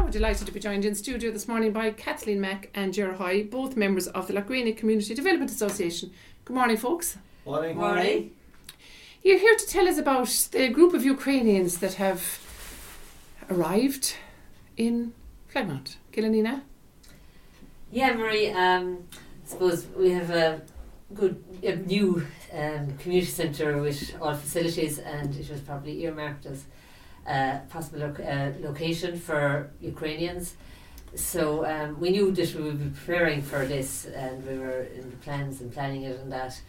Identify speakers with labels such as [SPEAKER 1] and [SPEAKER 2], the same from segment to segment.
[SPEAKER 1] We're delighted to be joined in studio this morning by Kathleen Mack and Ger Hoy, both members of the Lagreeny Community Development Association. Good morning, folks.
[SPEAKER 2] Morning.
[SPEAKER 3] Morning.
[SPEAKER 1] You're here to tell us about the group of Ukrainians that have arrived in Flagmont. Kilanina?
[SPEAKER 3] Yeah, Marie. Um, I suppose we have a good a new um, community centre with all facilities, and it was probably earmarked as a possible loc- uh, location for Ukrainians. So um, we knew that we would be preparing for this, and we were in the plans and planning it and that.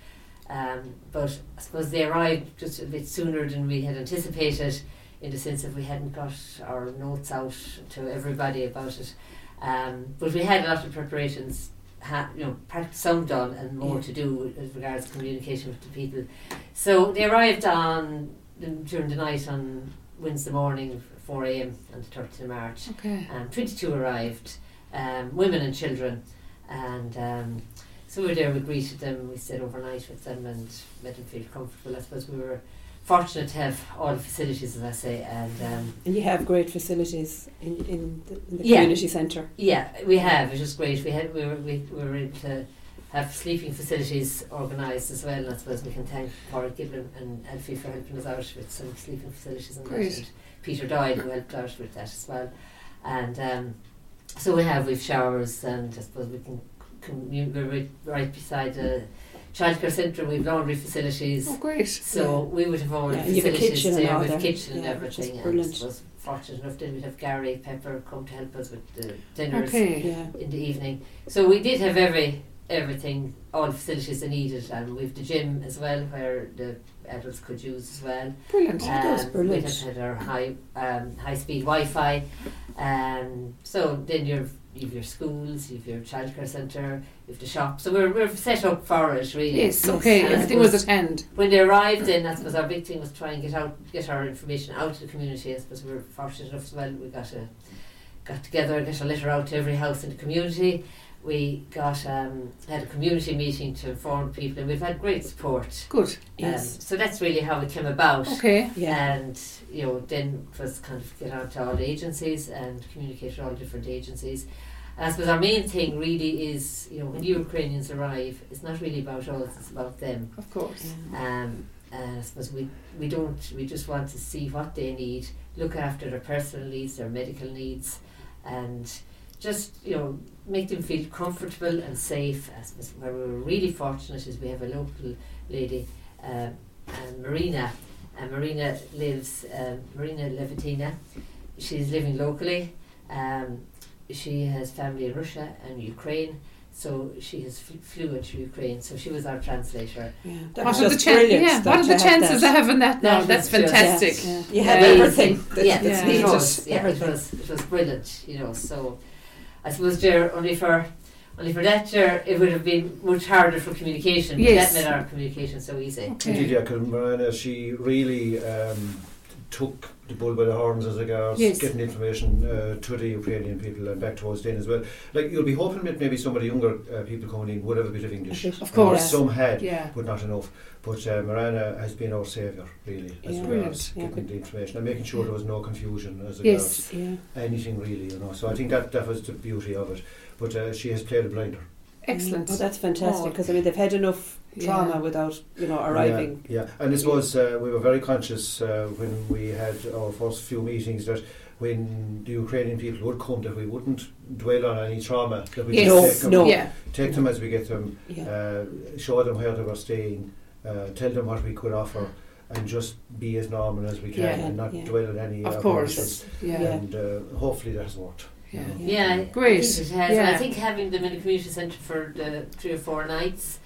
[SPEAKER 3] Um, but I suppose they arrived just a bit sooner than we had anticipated, in the sense that we hadn't got our notes out to everybody about it. Um, but we had a lot of preparations, ha- you know, prac- some done and more to do as regards communication with the people. So they arrived on during the night on Wednesday morning, 4 a.m. on the 13th of March
[SPEAKER 1] Okay.
[SPEAKER 3] um, 22 arrived, um, women and children, and um, so we were there. We greeted them. We stayed overnight with them and made them feel comfortable. I suppose we were fortunate to have all the facilities, as I say, and um,
[SPEAKER 4] And you have great facilities in, in the, in the
[SPEAKER 3] Yeah.
[SPEAKER 4] community centre.
[SPEAKER 3] yeah, we have. It was great. We had we were we, we were able to have sleeping facilities organised as well. And I suppose we can thank Paul Giblin and Elfie for helping us out with some sleeping facilities and, that,
[SPEAKER 1] Great.
[SPEAKER 3] and Peter Doyle who helped out with that as well. And um, so we have we've showers and I suppose we can commu- we're right- right beside the childcare centre. We've laundry facilities.
[SPEAKER 1] Oh, great.
[SPEAKER 3] So we would have all the
[SPEAKER 4] Yeah, and you have a
[SPEAKER 3] facilities
[SPEAKER 4] kitchen and
[SPEAKER 3] there
[SPEAKER 4] all
[SPEAKER 3] with
[SPEAKER 4] that.
[SPEAKER 3] kitchen and
[SPEAKER 4] Yeah, which is
[SPEAKER 3] everything. And
[SPEAKER 4] brilliant.
[SPEAKER 3] I was fortunate enough then we'd have Gary Pepper come to help us with the dinners
[SPEAKER 1] Okay.
[SPEAKER 4] Yeah.
[SPEAKER 3] in the evening. So we did have every everything, all the facilities they needed, and we've the gym as well where the adults could use as well. Um,
[SPEAKER 1] Brilliant.
[SPEAKER 4] Oh, that's
[SPEAKER 3] we'd
[SPEAKER 4] brilliant.
[SPEAKER 3] have had our high um, high speed Wi Fi. Um, so then you're You've your schools, you've your childcare centre, you've the shop. So we're, we're set up for it really.
[SPEAKER 1] Yes, okay.
[SPEAKER 3] And I
[SPEAKER 1] Everything was
[SPEAKER 3] suppose-
[SPEAKER 1] at hand.
[SPEAKER 3] when they arrived in, I suppose our big thing was try and get out, get our information out to the community. I suppose we were fortunate enough as well. We got a, got together, got a letter out to every house in the community. We got um, had a community meeting to inform people, and we've had great support.
[SPEAKER 1] Good.
[SPEAKER 4] Yes.
[SPEAKER 3] Um, so that's really how it came about.
[SPEAKER 1] Okay.
[SPEAKER 4] yeah.
[SPEAKER 3] And you know, then it was kind of get out to all the agencies and communicate with all the different agencies. And I suppose our main thing really is, you know, when Ukrainians arrive, it's not really about us, it's about them.
[SPEAKER 1] Of course.
[SPEAKER 3] Um, and I suppose we, we don't, we just want to see what they need, look after their personal needs, their medical needs, and just, you know, make them feel comfortable and safe. I suppose where we were really fortunate is we have a local lady, um, uh, Marina, and Marina lives, um, Marina Levitina. She's living locally. Um, she has family in Russia and Ukraine, so she is fl- fluent to Ukraine, so she was our translator.
[SPEAKER 4] yeah.
[SPEAKER 1] What
[SPEAKER 4] That's
[SPEAKER 1] are the,
[SPEAKER 4] just
[SPEAKER 1] chan-
[SPEAKER 4] brilliant
[SPEAKER 1] yeah,
[SPEAKER 4] that
[SPEAKER 1] what are
[SPEAKER 4] to
[SPEAKER 1] the
[SPEAKER 4] have
[SPEAKER 1] chances
[SPEAKER 4] that.
[SPEAKER 1] of having that now?
[SPEAKER 3] That
[SPEAKER 1] That's
[SPEAKER 3] was just-
[SPEAKER 1] fantastic.
[SPEAKER 4] Yeah. You
[SPEAKER 3] Yeah,
[SPEAKER 4] have
[SPEAKER 3] amazing.
[SPEAKER 4] everything. That's,
[SPEAKER 3] yeah,
[SPEAKER 4] that's
[SPEAKER 1] yeah.
[SPEAKER 3] it
[SPEAKER 4] needed.
[SPEAKER 3] was, yeah, it
[SPEAKER 4] everything.
[SPEAKER 3] was, it was brilliant, you know. So, I suppose there only for only for that year it would have been much harder for communication. but
[SPEAKER 1] Yes.
[SPEAKER 3] that made our communication so easy.
[SPEAKER 2] Indeed,
[SPEAKER 1] Okay.
[SPEAKER 2] yeah, 'cause Marina, she really um, took the bull by the horns as regards
[SPEAKER 1] Yes.
[SPEAKER 2] getting information uh, to the Ukrainian people and back towards Dane as well. Like, you'll be hoping that maybe some of the younger uh, people coming in would have a bit of English.
[SPEAKER 4] Of
[SPEAKER 2] And
[SPEAKER 1] course.
[SPEAKER 2] Some had,
[SPEAKER 1] Yeah.
[SPEAKER 2] but not enough. But uh, Marina has been our saviour, really, as
[SPEAKER 4] Yeah.
[SPEAKER 2] regards
[SPEAKER 4] Brilliant, yeah.
[SPEAKER 2] getting the information and making sure there was no confusion as regards
[SPEAKER 1] Yes.
[SPEAKER 4] Yeah.
[SPEAKER 2] anything, really, you know. So I think that, that was the beauty of it. But uh, she has played a blinder.
[SPEAKER 1] Excellent.
[SPEAKER 4] Oh, that's fantastic
[SPEAKER 1] Oh.
[SPEAKER 4] because I mean they've had enough trauma
[SPEAKER 1] Yeah.
[SPEAKER 4] without you know arriving.
[SPEAKER 2] Yeah, yeah. and I suppose uh, we were very conscious uh, when we had our first few meetings that when the Ukrainian people would come that we wouldn't dwell on any trauma. That we
[SPEAKER 1] Yes.
[SPEAKER 2] just
[SPEAKER 4] No,
[SPEAKER 2] take, them,
[SPEAKER 4] no.
[SPEAKER 1] Yeah.
[SPEAKER 2] take them as we get them,
[SPEAKER 4] Yeah.
[SPEAKER 2] uh, show them where they were staying, uh, tell them what we could offer, and just be as normal as we can
[SPEAKER 1] Yeah.
[SPEAKER 2] and not
[SPEAKER 4] Yeah.
[SPEAKER 2] dwell on any.
[SPEAKER 1] Of
[SPEAKER 2] uh,
[SPEAKER 1] course.
[SPEAKER 2] emotions.
[SPEAKER 1] Yeah.
[SPEAKER 4] Yeah.
[SPEAKER 2] And uh, hopefully that's worked. you
[SPEAKER 1] Yeah.
[SPEAKER 2] know.
[SPEAKER 3] Yeah, I-
[SPEAKER 1] Great.
[SPEAKER 3] I think it has. And
[SPEAKER 1] Yeah.
[SPEAKER 3] I think having them in the community centre for the three or four nights,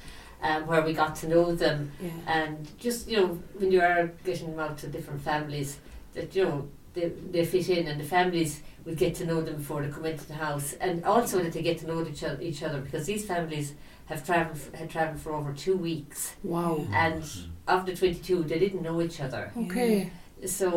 [SPEAKER 3] um, where we got to know them,
[SPEAKER 4] Yeah.
[SPEAKER 3] and just you know when you are getting them out to different families, that you know they, they fit in, and the families will get to know them before they come into the house, and also that they get to know each other, each other because these families have travelled had travelled for over two weeks,
[SPEAKER 1] Wow.
[SPEAKER 3] and of the twenty two, they didn't know each other,
[SPEAKER 1] Okay.
[SPEAKER 3] so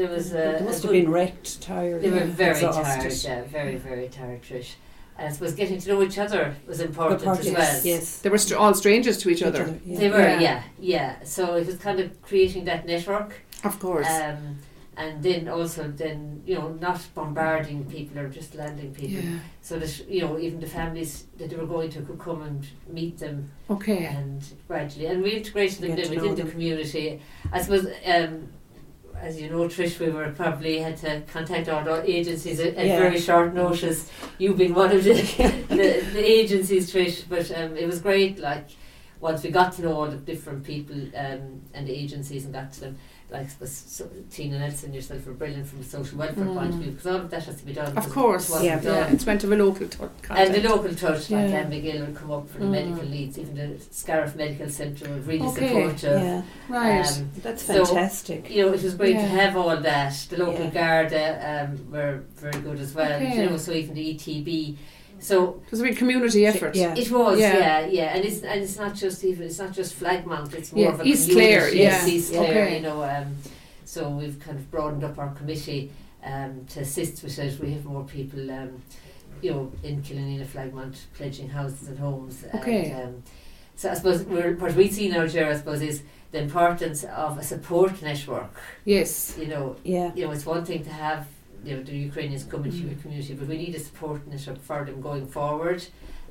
[SPEAKER 3] there was a,
[SPEAKER 4] They
[SPEAKER 3] a
[SPEAKER 4] must
[SPEAKER 3] good
[SPEAKER 4] have been wrecked, tired.
[SPEAKER 3] they were very
[SPEAKER 4] exhausted.
[SPEAKER 3] tired, yeah, very, very tired, Trish. And I suppose getting to know each other was important
[SPEAKER 4] Reported.
[SPEAKER 3] as well.
[SPEAKER 4] Yes.
[SPEAKER 1] They were st- all strangers to each
[SPEAKER 4] Each
[SPEAKER 1] other.
[SPEAKER 4] other, yeah.
[SPEAKER 3] They were,
[SPEAKER 1] Yeah.
[SPEAKER 3] yeah. yeah, So it was kind of creating that network.
[SPEAKER 1] Of course.
[SPEAKER 3] Um, and then also then you know not bombarding people or just landing people,
[SPEAKER 1] Yeah.
[SPEAKER 3] so that you know even the families that they were going to could come and meet them
[SPEAKER 1] Okay.
[SPEAKER 3] and gradually and we integrated them
[SPEAKER 4] Get
[SPEAKER 3] then
[SPEAKER 4] to know
[SPEAKER 3] within the
[SPEAKER 4] them.
[SPEAKER 3] community. I suppose um, as you know, Trish, we were probably had to contact all the agencies at, at
[SPEAKER 4] Yeah.
[SPEAKER 3] very short notice. You being one of the, the, the agencies, Trish, but um, it was great. Like once we got to know all the different people um, and the agencies and got to them. Like so, so, Tina Nelson, yourself were brilliant from a social welfare point of
[SPEAKER 1] Mm.
[SPEAKER 3] view because all of that has to be done. because
[SPEAKER 1] Of
[SPEAKER 3] it
[SPEAKER 1] course.
[SPEAKER 3] wasn't
[SPEAKER 1] Yeah.
[SPEAKER 4] Yeah.
[SPEAKER 3] done.
[SPEAKER 1] It's went to a local t-
[SPEAKER 3] And the
[SPEAKER 1] contact.
[SPEAKER 3] local church,
[SPEAKER 1] Yeah.
[SPEAKER 3] like yeah. McGill, would come up for the
[SPEAKER 1] Mm.
[SPEAKER 3] medical needs. Even the Scariff Medical Centre would really
[SPEAKER 1] Okay.
[SPEAKER 3] support us.
[SPEAKER 4] Yeah,
[SPEAKER 1] Right.
[SPEAKER 3] Um,
[SPEAKER 4] that's
[SPEAKER 3] So,
[SPEAKER 4] fantastic.
[SPEAKER 3] you know, it was great
[SPEAKER 1] Yeah.
[SPEAKER 3] to have all that. The local
[SPEAKER 4] Yeah.
[SPEAKER 3] Garda um, were very good as well.
[SPEAKER 1] Okay.
[SPEAKER 3] You know, so even the ETB. So
[SPEAKER 1] it was a big community effort.
[SPEAKER 4] Yeah.
[SPEAKER 3] it was,
[SPEAKER 1] Yeah.
[SPEAKER 3] yeah, yeah, and it's and it's not just even it's not just Flagmount. It's more
[SPEAKER 1] Yeah,
[SPEAKER 3] of a
[SPEAKER 1] East
[SPEAKER 3] community.
[SPEAKER 1] Clare,
[SPEAKER 3] Yes,
[SPEAKER 1] yeah.
[SPEAKER 3] East Clare.
[SPEAKER 1] Okay.
[SPEAKER 3] You know, um, so we've kind of broadened up our committee um, to assist with it. We have more people. Um, you know, in Killinina Flagmount, pledging houses and homes.
[SPEAKER 1] Okay.
[SPEAKER 3] And, um, so I suppose we're, what we see now, Ger, I suppose, is the importance of a support network.
[SPEAKER 1] Yes.
[SPEAKER 3] You know,
[SPEAKER 4] Yeah,
[SPEAKER 3] you know, it's one thing to have you know the Ukrainians come into
[SPEAKER 1] Mm.
[SPEAKER 3] your community, but we need a support network for them going forward,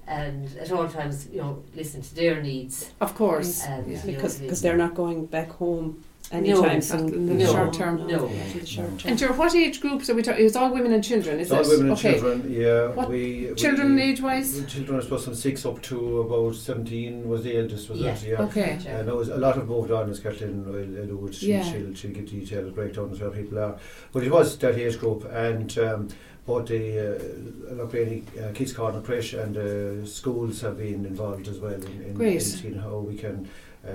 [SPEAKER 3] and at all times, you know, listen to their needs.
[SPEAKER 1] Of course.
[SPEAKER 3] And
[SPEAKER 1] Yeah.
[SPEAKER 3] you
[SPEAKER 4] because
[SPEAKER 3] know,
[SPEAKER 4] cause they're not going back home
[SPEAKER 3] No,
[SPEAKER 4] anytime
[SPEAKER 3] not
[SPEAKER 4] soon.
[SPEAKER 1] in the
[SPEAKER 3] short
[SPEAKER 1] term.
[SPEAKER 3] No.
[SPEAKER 4] not in the short
[SPEAKER 2] No.
[SPEAKER 4] term.
[SPEAKER 1] And sure, what age groups are we talking? It's all women and children, is
[SPEAKER 2] It's all
[SPEAKER 1] it?
[SPEAKER 2] women and
[SPEAKER 1] okay.
[SPEAKER 2] children, yeah.
[SPEAKER 1] What
[SPEAKER 2] we,
[SPEAKER 1] Children
[SPEAKER 2] we,
[SPEAKER 1] age-wise?
[SPEAKER 2] Children, I suppose, from 6 up to about 17 was the eldest, was
[SPEAKER 3] Yeah.
[SPEAKER 2] it? Yeah.
[SPEAKER 1] Okay.
[SPEAKER 2] And there was a lot of moved on, as Kathleen will allude, she,
[SPEAKER 1] Yeah.
[SPEAKER 2] she'll, she'll give detailed breakdowns where people are. But it was that age group, and um, both the uh, Locklady uh, Kids Corner Crash and uh, schools have been involved as well in, in, in
[SPEAKER 1] Great.
[SPEAKER 2] seeing how we can uh,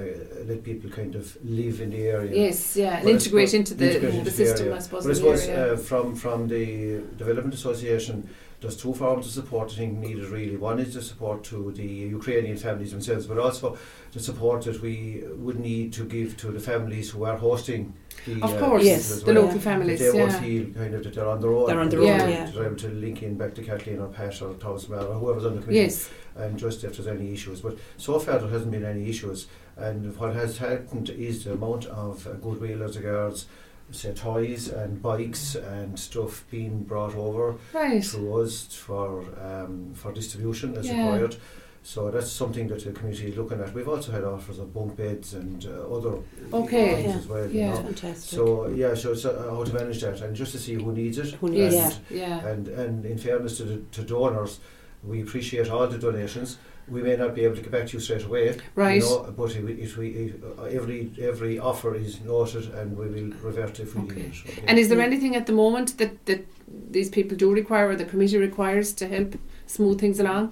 [SPEAKER 2] let people kind of live in the area.
[SPEAKER 1] Yes, yeah, and
[SPEAKER 2] Well, I
[SPEAKER 1] integrate
[SPEAKER 2] suppose-
[SPEAKER 1] into the,
[SPEAKER 2] integrate
[SPEAKER 1] the
[SPEAKER 2] into the
[SPEAKER 1] system,
[SPEAKER 2] area.
[SPEAKER 1] I suppose.
[SPEAKER 2] But I
[SPEAKER 1] in the
[SPEAKER 2] suppose
[SPEAKER 1] area.
[SPEAKER 2] uh, from, from the Development Association, there's two forms of support I think needed really. One is the support to the Ukrainian families themselves, but also the support that we would need to give to the families who are hosting the
[SPEAKER 1] of
[SPEAKER 2] uh,
[SPEAKER 1] course,
[SPEAKER 2] people
[SPEAKER 4] Yes,
[SPEAKER 2] as
[SPEAKER 1] the
[SPEAKER 2] well.
[SPEAKER 1] local
[SPEAKER 4] Yeah.
[SPEAKER 1] families,
[SPEAKER 2] That they won't
[SPEAKER 1] yeah.
[SPEAKER 2] feel kind of that they're on their own.
[SPEAKER 4] They're on their
[SPEAKER 1] own, Yeah.
[SPEAKER 4] yeah.
[SPEAKER 2] They're able to link in back to Kathleen or Pat or Thomas Mell or whoever's on the committee
[SPEAKER 1] Yes,
[SPEAKER 2] and just if there's any issues. But so far there hasn't been any issues. And what has happened is the amount of uh, goodwill as regards, say, toys and bikes and stuff being brought over
[SPEAKER 1] right.
[SPEAKER 2] to us for um, for distribution as
[SPEAKER 1] Yeah.
[SPEAKER 2] required. So that's something that the community is looking at. We've also had offers of bunk beds and uh, other
[SPEAKER 1] Okay.
[SPEAKER 2] things
[SPEAKER 4] Yeah.
[SPEAKER 2] as well.
[SPEAKER 1] Yeah.
[SPEAKER 2] You know?
[SPEAKER 4] Fantastic.
[SPEAKER 2] So yeah, so it's uh, how to manage that and just to see who needs it.
[SPEAKER 4] Who needs
[SPEAKER 1] Yes,
[SPEAKER 2] and
[SPEAKER 4] it.
[SPEAKER 1] yeah.
[SPEAKER 2] and, and in fairness to, the, to donors, we appreciate all the donations. We may not be able to get back to you straight away,
[SPEAKER 1] Right.
[SPEAKER 2] you know, but if we, if we if uh, every every offer is noted and we will revert if we
[SPEAKER 1] Okay.
[SPEAKER 2] need it. Okay.
[SPEAKER 1] And is there
[SPEAKER 4] Yeah.
[SPEAKER 1] anything at the moment that, that these people do require or the committee requires to help smooth
[SPEAKER 3] Mm.
[SPEAKER 1] things along?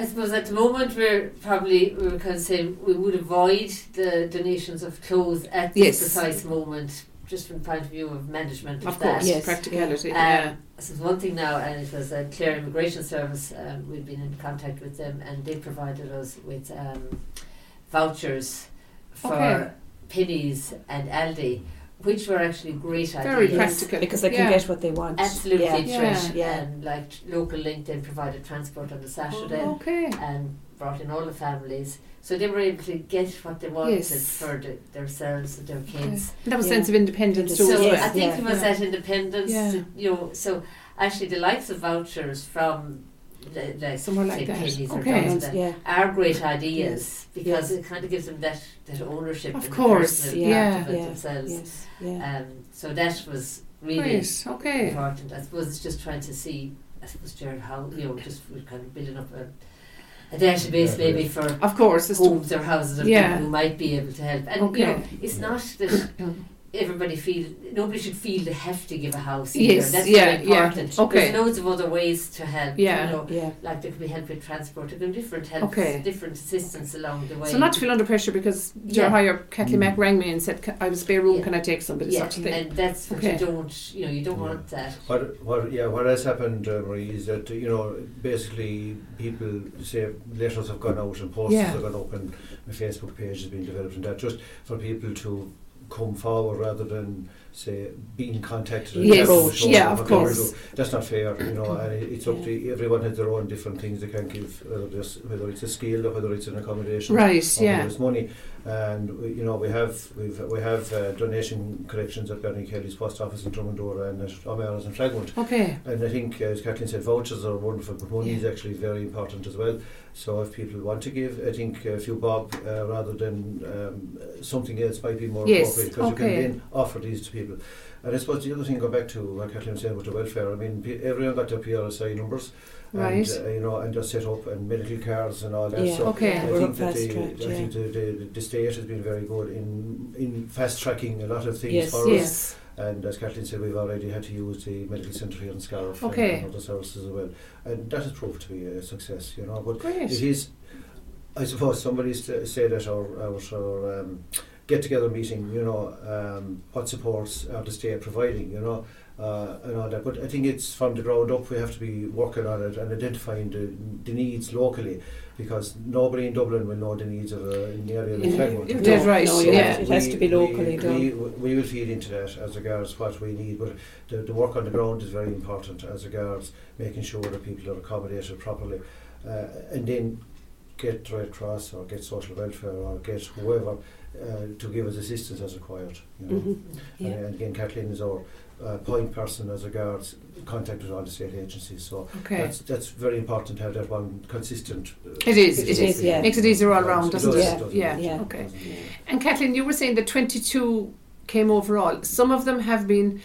[SPEAKER 3] I suppose at the moment we're probably we were kind of saying we would avoid the donations of clothes at
[SPEAKER 1] Yes.
[SPEAKER 3] this precise moment, just from the point of view of management.
[SPEAKER 1] Of course,
[SPEAKER 4] Yes,
[SPEAKER 1] practicality.
[SPEAKER 3] Um,
[SPEAKER 1] Yeah.
[SPEAKER 3] So one thing now, and it was a Clare Immigration Service. Um, we've been in contact with them, and they provided us with um, vouchers for
[SPEAKER 1] Okay.
[SPEAKER 3] pennies and Aldi, which were actually great
[SPEAKER 1] Very
[SPEAKER 3] ideas.
[SPEAKER 1] practical.
[SPEAKER 4] Because they
[SPEAKER 1] yeah.
[SPEAKER 4] can get what they want.
[SPEAKER 3] Absolutely
[SPEAKER 4] Yeah.
[SPEAKER 1] Yeah.
[SPEAKER 3] fresh.
[SPEAKER 4] Yeah.
[SPEAKER 3] And like local link, then provided transport on the Saturday
[SPEAKER 1] Okay.
[SPEAKER 3] and brought in all the families. So they were able to get what they wanted
[SPEAKER 1] Yes.
[SPEAKER 3] for the, themselves and their kids.
[SPEAKER 1] That was
[SPEAKER 4] Yeah.
[SPEAKER 1] sense of independence too
[SPEAKER 3] So
[SPEAKER 1] as well.
[SPEAKER 3] I think
[SPEAKER 4] yeah,
[SPEAKER 3] it was
[SPEAKER 1] yeah.
[SPEAKER 3] that independence,
[SPEAKER 1] Yeah.
[SPEAKER 3] you know. So actually, the likes of vouchers from the, the
[SPEAKER 1] Somewhere like
[SPEAKER 3] say,
[SPEAKER 1] that.
[SPEAKER 3] pennies or
[SPEAKER 1] Okay.
[SPEAKER 3] dollars
[SPEAKER 4] Yeah. Yeah.
[SPEAKER 3] are great ideas because it kind of gives them that, that ownership.
[SPEAKER 1] Of
[SPEAKER 3] and the
[SPEAKER 1] course,
[SPEAKER 3] personal
[SPEAKER 1] yeah.
[SPEAKER 3] part of it
[SPEAKER 4] Yeah.
[SPEAKER 3] themselves.
[SPEAKER 4] Yes. Yeah.
[SPEAKER 3] Um, so that was really
[SPEAKER 1] Great. Okay.
[SPEAKER 3] important. I suppose it's just trying to see. I suppose Jared, how you know, just we're kind of building up a, a database
[SPEAKER 2] Yeah,
[SPEAKER 3] maybe for
[SPEAKER 1] Of course. It's
[SPEAKER 3] homes or houses of
[SPEAKER 1] Yeah.
[SPEAKER 3] people who might be able to help. And
[SPEAKER 1] Okay.
[SPEAKER 3] you know, it's not that everybody feel nobody should feel they have to give a house. Either.
[SPEAKER 1] Yes,
[SPEAKER 3] that's
[SPEAKER 1] yeah,
[SPEAKER 3] very
[SPEAKER 1] yeah.
[SPEAKER 3] important.
[SPEAKER 1] Okay.
[SPEAKER 3] There's loads of other ways to help.
[SPEAKER 1] Yeah.
[SPEAKER 3] You know,
[SPEAKER 4] Yeah.
[SPEAKER 3] like there could be help with transport, there could be different help,
[SPEAKER 1] Okay.
[SPEAKER 3] different assistance along the way.
[SPEAKER 1] So not to feel under pressure because your
[SPEAKER 3] Yeah.
[SPEAKER 1] higher Kathleen
[SPEAKER 2] Mm.
[SPEAKER 1] Mack rang me and said "Ca- I have a spare room.
[SPEAKER 3] Yeah.
[SPEAKER 1] Can I take somebody?
[SPEAKER 3] yeah,
[SPEAKER 1] Such a thing.
[SPEAKER 3] and that's what
[SPEAKER 1] Okay.
[SPEAKER 3] you don't. You know, you don't
[SPEAKER 2] Yeah.
[SPEAKER 3] want that.
[SPEAKER 2] What, what, yeah, what has happened, uh, Marie, is that, you know, basically people say letters have gone out and posters
[SPEAKER 1] Yeah.
[SPEAKER 2] have gone up and a Facebook page has been developed and that just for people to come forward rather than say, being contacted. and
[SPEAKER 1] Yes,
[SPEAKER 2] telling us
[SPEAKER 1] yeah, of
[SPEAKER 2] what they will
[SPEAKER 1] course.
[SPEAKER 2] do. That's not fair, you know, and it- it's up to, everyone has their own different things they can give, whether it's, whether it's a skill or whether it's an accommodation.
[SPEAKER 1] Right,
[SPEAKER 2] or
[SPEAKER 1] yeah.
[SPEAKER 2] whether it's money, and we, you know we have we've, we have uh, donation collections at Bernie Kelly's post office in Drummondora and at O'Mara's in Flagmont.
[SPEAKER 1] Okay.
[SPEAKER 2] And I think, uh, as Kathleen said, vouchers are wonderful, but money
[SPEAKER 1] Yeah.
[SPEAKER 2] is actually very important as well. So if people want to give, I think a few bob uh, rather than um, uh, something else might be more
[SPEAKER 1] Yes,
[SPEAKER 2] appropriate because you
[SPEAKER 1] okay.
[SPEAKER 2] can then offer these to people. And I suppose the other thing, go back to what Kathleen was saying about the welfare. I mean, pe- everyone got their PRSI numbers,
[SPEAKER 1] Right.
[SPEAKER 2] and uh, you know, and they're set up and medical cards and all that.
[SPEAKER 4] Yeah.
[SPEAKER 2] So
[SPEAKER 1] Okay.
[SPEAKER 2] I
[SPEAKER 4] We're
[SPEAKER 2] think
[SPEAKER 4] on
[SPEAKER 2] that
[SPEAKER 4] fast
[SPEAKER 2] the,
[SPEAKER 4] track,
[SPEAKER 2] I
[SPEAKER 4] yeah.
[SPEAKER 2] think the, the, the state has been very good in in fast tracking a lot of things
[SPEAKER 4] Yes,
[SPEAKER 2] for us.
[SPEAKER 4] yes.
[SPEAKER 2] And as Kathleen said, we've already had to use the medical centre here in Scariff
[SPEAKER 1] Okay.
[SPEAKER 2] and other services as well. And that has proved to be a success, you know. But it
[SPEAKER 1] Great.
[SPEAKER 2] is, I suppose, somebody st- said at our, our, our um, get together meeting, you know, um, what supports are the state providing, you know, uh, and all that. But I think it's from the ground up, we have to be working on it and identifying the, the needs locally because nobody in Dublin will know the needs of a, in the area
[SPEAKER 1] Yeah,
[SPEAKER 2] like Claremont.
[SPEAKER 1] you're dead right,
[SPEAKER 4] No, you
[SPEAKER 1] yeah.
[SPEAKER 4] have to- it has to be
[SPEAKER 2] We- we- We,
[SPEAKER 4] locally done.
[SPEAKER 2] we will feed into that as regards what we need, but the, the work on the ground is very important as regards making sure that people are accommodated properly, uh, and then get Red Cross or get social welfare or get whoever uh, to give us assistance as required. You know?
[SPEAKER 4] Mhm.
[SPEAKER 2] And, and again, Kathleen is our uh, point person as regards contact with all the state agencies. So
[SPEAKER 1] Okay.
[SPEAKER 2] that's that's very important to have that one consistent. Uh,
[SPEAKER 1] It is, it
[SPEAKER 4] is, yeah.
[SPEAKER 1] Makes it easier all round, doesn't
[SPEAKER 4] it?
[SPEAKER 2] does, does,
[SPEAKER 1] Yeah,
[SPEAKER 2] does,
[SPEAKER 4] yeah.
[SPEAKER 1] okay.
[SPEAKER 2] does, yeah.
[SPEAKER 1] And Kathleen, you were saying that 22 came overall. Some of them have been